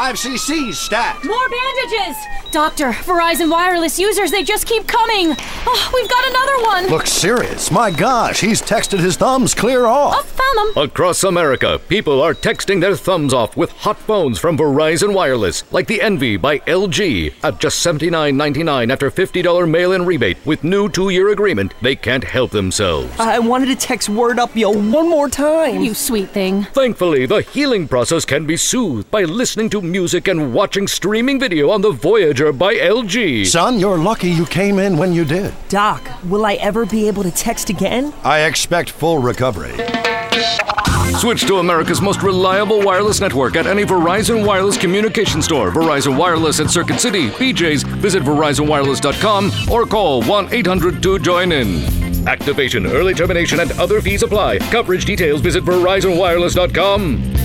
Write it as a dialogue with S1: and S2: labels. S1: 5cc stat.
S2: More bandages! Doctor, Verizon wireless users, they just keep coming! Oh, we've got another one!
S1: Looks serious. My gosh, he's texted his thumbs clear
S2: Oh,
S1: off.
S2: found them!
S3: Across America, people are texting their thumbs off with hot phones from Verizon Wireless, like the Envy by LG. At just $79.99 after $50 mail in rebate with new two year agreement, they can't help themselves.
S4: I wanted to text word up, yo, one more time.
S2: You sweet thing.
S3: Thankfully, the healing process can be soothed by listening to music and watching streaming video on The Voyager by LG.
S1: Son, you're lucky you came in when you did.
S4: Doc, will I ever be able to text again?
S1: I expect full recovery.
S3: Switch to America's most reliable wireless network at any Verizon Wireless communication store. Verizon Wireless at Circuit City, BJ's. Visit VerizonWireless.com or call 1 800 to join in. Activation, early termination, and other fees apply. Coverage details visit VerizonWireless.com.